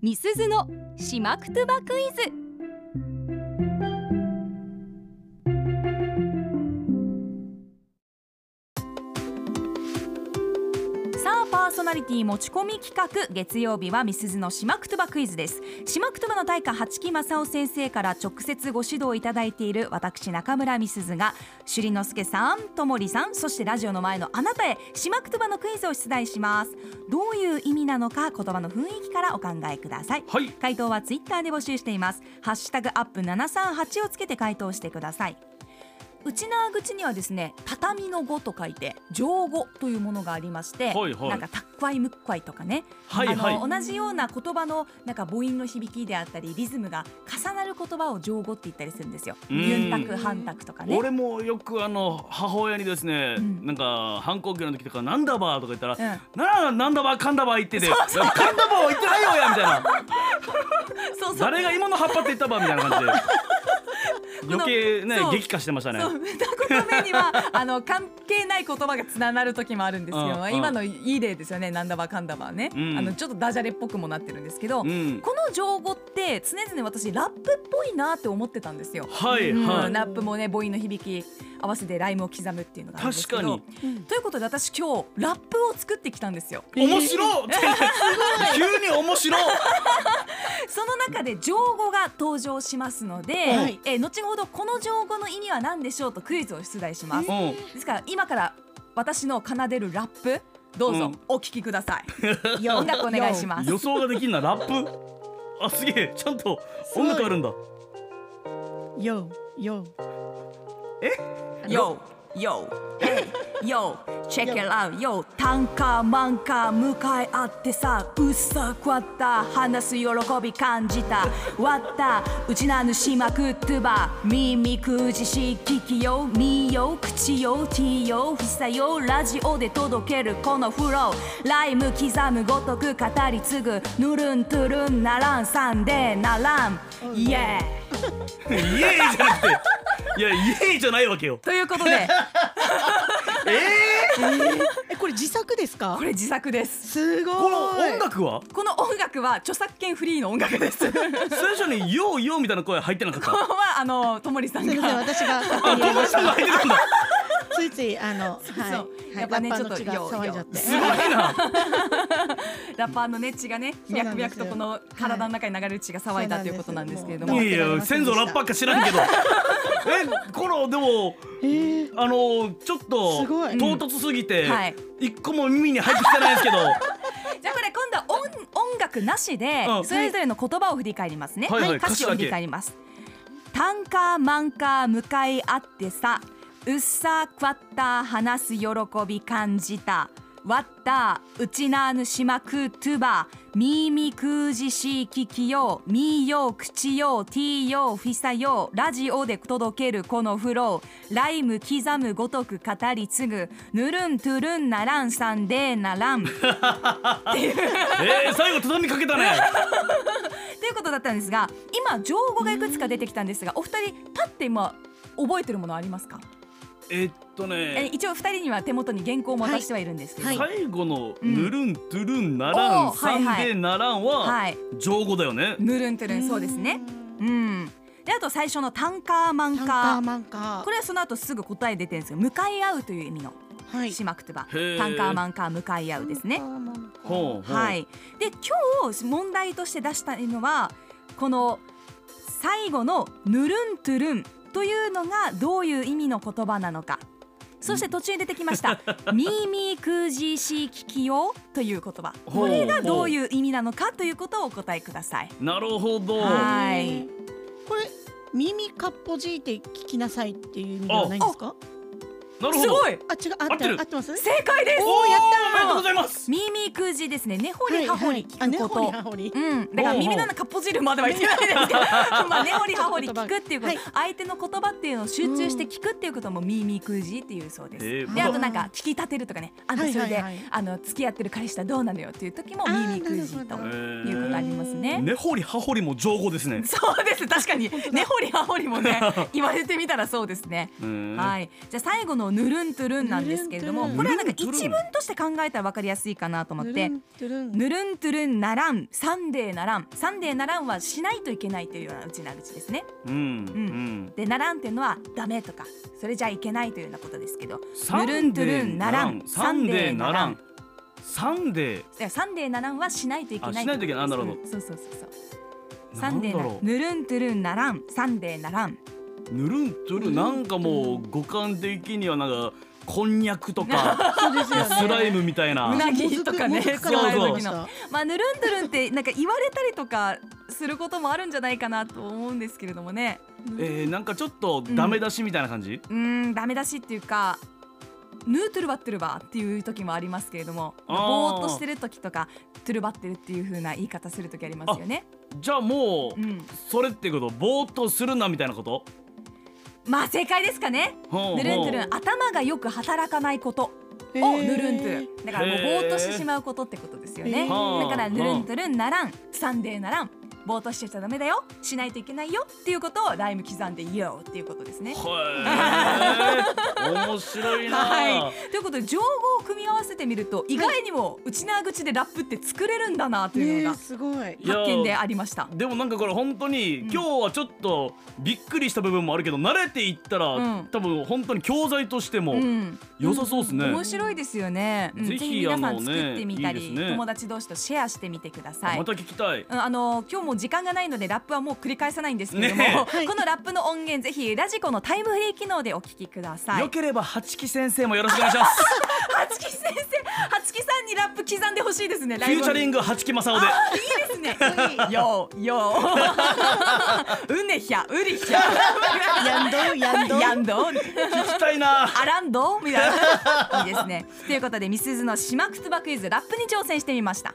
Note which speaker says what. Speaker 1: みすずのしまくとばクイズさあパーソナリティ持ち込み企画月曜日はみすずのしまくとばクイズですしまくとばの大家八木正夫先生から直接ご指導いただいている私中村みすずが朱里之助さんともりさんそしてラジオの前のあなたへしまくとばのクイズを出題しますどういう意味なのか言葉の雰囲気からお考えください
Speaker 2: はい
Speaker 1: 回答はツイッターで募集していますハッシュタグアップ738をつけて回答してくださいうちなー口にはですね畳の語と書いて上語というものがありまして、
Speaker 2: はいはい
Speaker 1: なんかたっこいむっこいとかね、
Speaker 2: はいはい
Speaker 1: あの同じような言葉のなんか母音の響きであったりリズムが重なる言葉を上語って言ったりするんですよ
Speaker 2: うん
Speaker 1: ユンタクハンタクとかね
Speaker 2: 俺もよくあの母親にですね、
Speaker 1: うん
Speaker 2: なんか反抗期の時とか「なんだば」とか言ったら「
Speaker 1: うん
Speaker 2: なあなんだばかんだば」言ってて「かんだばは言ってないよや」みたいな
Speaker 1: そうそう
Speaker 2: 誰が芋の葉っぱって言ったばみたいな感じで
Speaker 1: の
Speaker 2: 余計ね
Speaker 1: そう
Speaker 2: 激化してましたね
Speaker 1: そう二言目に はあの関係ない言葉がつながる時もあるんです
Speaker 2: うんう
Speaker 1: よ
Speaker 2: ん
Speaker 1: 今のいい例ですよねなんだばかんだばね、
Speaker 2: うん
Speaker 1: あのちょっとダジャレっぽくもなってるんですけど、
Speaker 2: うん
Speaker 1: この情語って常々私ラップっぽいなって思ってたんですよ。
Speaker 2: はい
Speaker 1: うん
Speaker 2: はい、
Speaker 1: ラップもね母音の響き合わせてライムを刻むっていうのがあるんですけど
Speaker 2: 確か
Speaker 1: ということで私今日ラップを作ってきたんですよ。
Speaker 2: 面白っ 急に面白っ
Speaker 1: その中で情語が登場しますので、
Speaker 2: はい
Speaker 1: えー後ほどこの情語の意味は何でしょうとクイズを出題します。
Speaker 2: うん
Speaker 1: ですから今から私の奏でるラップどう
Speaker 2: う
Speaker 1: ぞ
Speaker 2: ん
Speaker 1: お聞きくだ さい。音楽お願いします。
Speaker 2: 予想ができるなラップあすげえちゃんと音楽あるんだ
Speaker 3: Yo, yo.
Speaker 1: よ yo, hey, yo, check it out, yo, タンカーマンカー向かい合ってさ、うっさくわった、話す喜び感じた、わった、うちなぬしまくっとば、耳くじし、聞きよ、見よ、口よ、手よ、ひさよ、ラジオで届けるこのフロー、ライム刻むごとく語り継ぐ、ぬるんとるんならん、さんでならん、イエー
Speaker 2: イエーイじゃなくていやイエーイじゃないわけよ
Speaker 1: ということで、
Speaker 3: え、これ自作ですか
Speaker 1: こ。れ自作です。
Speaker 3: すごい。
Speaker 2: この音楽は
Speaker 1: この音楽は著作権フリーの音楽 です。これ
Speaker 2: 最初に「ようよう」みたいな声入ってなかった あ
Speaker 1: はあのともりさん
Speaker 3: すみません、
Speaker 1: が。
Speaker 3: 私が勝手
Speaker 2: ト
Speaker 3: にやり
Speaker 2: モ
Speaker 3: ま
Speaker 2: リ
Speaker 3: し
Speaker 2: さんが
Speaker 3: た。
Speaker 2: 入ってたんだ
Speaker 3: ついつい、あの、
Speaker 1: う
Speaker 3: はい、はい、
Speaker 1: やっぱね
Speaker 3: ラッパーの血が
Speaker 1: ちょっと
Speaker 3: 騒いじゃって。
Speaker 1: よ
Speaker 2: すごいな
Speaker 1: ラッパーのね血がね
Speaker 3: そう
Speaker 1: 脈
Speaker 3: なんですよ
Speaker 1: 々とこの体の中に流れる血が騒いだと いうことなんですけれど
Speaker 3: そ
Speaker 1: も
Speaker 3: う
Speaker 2: いやいや先祖ラッパーか知らんけ どえこのでも
Speaker 3: えー
Speaker 2: あのちょっと
Speaker 3: すごい
Speaker 2: 唐突すぎて
Speaker 1: はい
Speaker 2: 一個も耳に入ってきてない ですけど
Speaker 1: じゃあこれ今度は音音楽なしで
Speaker 2: うん
Speaker 1: それぞれの言葉を振り返りますね、
Speaker 2: はいはい
Speaker 1: 歌詞を
Speaker 2: 歌詞だ
Speaker 1: 振
Speaker 2: け
Speaker 1: り返りますタンカーマンカー向かい合ってさうっさくわった話す喜び感じたわったうちなぬしまくとば耳くじし聞きようみよ口よてよふさよラジオで届けるこのフローライム刻むごとく語り継ぐぬるんとるんならんさんでならん
Speaker 2: えー最後畳みか けたね
Speaker 1: ということだったんですが今情報がいくつか出てきたんですがお二人パって今覚えてるものありますか、
Speaker 2: えっと
Speaker 1: え
Speaker 2: ね
Speaker 1: 一応二人には手元に原稿を渡してはいるんですけど、
Speaker 3: は
Speaker 1: はいい
Speaker 2: 最後の「
Speaker 1: うん
Speaker 2: ぬるんとゥルンなら
Speaker 1: お
Speaker 2: ん」「
Speaker 1: ー
Speaker 2: さ
Speaker 1: はい
Speaker 2: ん
Speaker 1: はい
Speaker 2: でならん」は上語だよね
Speaker 1: ぬるんとるんそうですね。うんであと最初のタンカーマン
Speaker 3: タンカ
Speaker 1: カ
Speaker 3: ー
Speaker 1: ー
Speaker 3: マンカ
Speaker 1: これはその後すぐ答え出てるんですけど向かい合うという意味の
Speaker 3: ー。はい。
Speaker 1: しまくとば、
Speaker 2: へー
Speaker 1: タンカーマンカー向かい合うですね
Speaker 3: タンカーマンカー
Speaker 2: ほうほう
Speaker 1: はい、で今日問題として出したいのはこの最後の「ぬるんとゥルン」というのがどういう意味の言葉なのかそして途中に出てきました「ミーミークージーシーキキヨ」という言葉
Speaker 2: ほ
Speaker 1: こ
Speaker 2: う
Speaker 1: れがどういう意味なのかということをお答えください。
Speaker 2: なるほど
Speaker 1: は
Speaker 2: あ
Speaker 1: はい。
Speaker 3: これ、耳かっぽじいて聞きなさいっていう意味ではないんですか。
Speaker 2: なるほ
Speaker 1: す
Speaker 2: ど
Speaker 1: ごい
Speaker 3: あ、違う、
Speaker 2: 合
Speaker 3: あ
Speaker 2: っ
Speaker 3: ってて
Speaker 2: る
Speaker 3: る、合ってます。
Speaker 1: 正解です
Speaker 2: おー
Speaker 3: やっ
Speaker 2: おめでとうございます
Speaker 1: ミーミークージーですね根掘り葉掘り
Speaker 3: あ、
Speaker 1: 聞
Speaker 3: ね
Speaker 1: くこ
Speaker 3: ほ
Speaker 1: と、
Speaker 3: りはほり。
Speaker 1: うん、だから
Speaker 2: おうおう
Speaker 1: 耳の中かっぽ汁までは言ってないですけ どまあ根掘り葉掘り聞くっていうこと、
Speaker 3: はい
Speaker 1: 相手の言葉っていうのを集中して聞くっていうことも耳くじっていうそうです、
Speaker 2: えー
Speaker 1: で
Speaker 2: ま
Speaker 1: あ
Speaker 2: だ
Speaker 1: となんか聞き立てるとかねあの
Speaker 3: はい
Speaker 1: それで、
Speaker 3: はいはい
Speaker 1: あの付き合ってる彼氏とはどうなのよっていう時も
Speaker 3: あー
Speaker 1: 耳くじと
Speaker 3: なるほど
Speaker 1: いうことありますね、
Speaker 2: 根掘り葉掘りも上語です ね
Speaker 1: そう です確かに根掘り葉掘りもね言われてみたらそうですね
Speaker 2: うん
Speaker 1: はいじゃあ最後のぬるんトゥルンなんですけれども
Speaker 3: ぬ
Speaker 1: これ
Speaker 2: る
Speaker 1: は
Speaker 2: ん
Speaker 1: な
Speaker 2: トゥ
Speaker 1: んか
Speaker 2: ルン
Speaker 1: 一文として考えたら分かりやすいかなと思っ
Speaker 3: ぬ
Speaker 1: て
Speaker 3: るんてるん
Speaker 1: ぬるんトゥルンならんサンデーならんサンデーならんはしないといけないというようなうちな口ですね
Speaker 2: うん
Speaker 1: うでならんっていうのはダメとかそれじゃいけないというようなことですけど
Speaker 2: サ
Speaker 1: ぬ
Speaker 2: ンデ
Speaker 1: る
Speaker 2: ー
Speaker 1: んトゥルンならん
Speaker 2: サンデーならんサンデー
Speaker 1: だからサンデーならんはしないといけない
Speaker 2: あしないといけないあなるほど
Speaker 1: うんそうそうそうそうサ
Speaker 2: な
Speaker 1: ン
Speaker 2: ん
Speaker 1: デー
Speaker 2: だ
Speaker 1: な
Speaker 2: ろう
Speaker 1: ぬるんトゥルンならんサンデーならん
Speaker 2: ぬるんとるんなんかもう五感的にはなんかこんにゃく とか
Speaker 3: そうですよね
Speaker 2: スライムみたいうな
Speaker 1: なぎとかね
Speaker 3: もずくもず
Speaker 2: そ
Speaker 3: く
Speaker 2: うそう
Speaker 3: から思いました
Speaker 1: まあぬるんトゥルンってなんか言われたりとかすることもあるんじゃないかなと思うんですけれどもね
Speaker 2: えーなんかちょっとダメ出しみたいな感じ
Speaker 1: うーんダメ出しっていうかヌートゥルバットゥルバっていう時もありますけれども
Speaker 2: あー
Speaker 1: ぼーっとしてる時とかトゥルバッテルっていう風な言い方する時ありますよね
Speaker 2: じゃあも
Speaker 1: うん
Speaker 2: うそれってことぼーっとするなみたいなこと
Speaker 1: まあ正解ですかね
Speaker 2: ほ
Speaker 1: ぬ
Speaker 2: う
Speaker 1: るんトゥル
Speaker 2: ほ
Speaker 1: ン頭がよく働かないこと
Speaker 3: へ
Speaker 1: を
Speaker 3: ー
Speaker 1: ぬるんトゥルンだからもうぼ
Speaker 2: へー
Speaker 1: ーっとしてしまうことってことですよね
Speaker 3: へ
Speaker 1: だ
Speaker 2: ー
Speaker 1: からぬるんトゥルンならんサンデーならんぼーっとしてちゃダメだよしないといけないよっていうことをライム刻んで言おうっていうことですね
Speaker 2: うへー面白いな、
Speaker 1: はい、ということで情報を組み合わせてみると意外にも内縄口でラップって作れるんだなという
Speaker 3: ね
Speaker 1: の
Speaker 3: え
Speaker 1: が
Speaker 3: すごい
Speaker 2: いや
Speaker 1: 発見でありました。
Speaker 2: でもなんかこれ本当に、
Speaker 1: うん
Speaker 2: 今日はちょっとびっくりした部分もあるけど慣れていったら、
Speaker 1: うん
Speaker 2: 多分本当に教材としても
Speaker 1: うん、
Speaker 2: 良さそうですね、
Speaker 1: 面白いですよね。うん
Speaker 2: ぜひ
Speaker 1: 皆さ
Speaker 2: あ
Speaker 1: ん
Speaker 2: のね
Speaker 1: 作ってみたり
Speaker 2: いいですね
Speaker 1: 友達同士とシェアしてみてください。
Speaker 2: また聞きたい
Speaker 1: うんあの今日も時間がないのでラップはもう繰り返さないんですけれども、
Speaker 2: ね え
Speaker 3: はい
Speaker 1: このラップの音源ぜひラジコのタイムフリー機能でお聞きください
Speaker 2: よ。ければ八木先生もよろしくお願いします
Speaker 1: 八木先生、八木さんにラップ刻んでほしいですね。
Speaker 2: フューチャリン
Speaker 1: グ
Speaker 2: グ八木正夫で
Speaker 1: いいですね。ようよう。うねひゃうりひゃ。
Speaker 3: やんどんやんどん
Speaker 1: やんどん
Speaker 2: 聞きたいな
Speaker 1: あらんどみたいないいですねということでみすずの島くつばクイズラップに挑戦してみました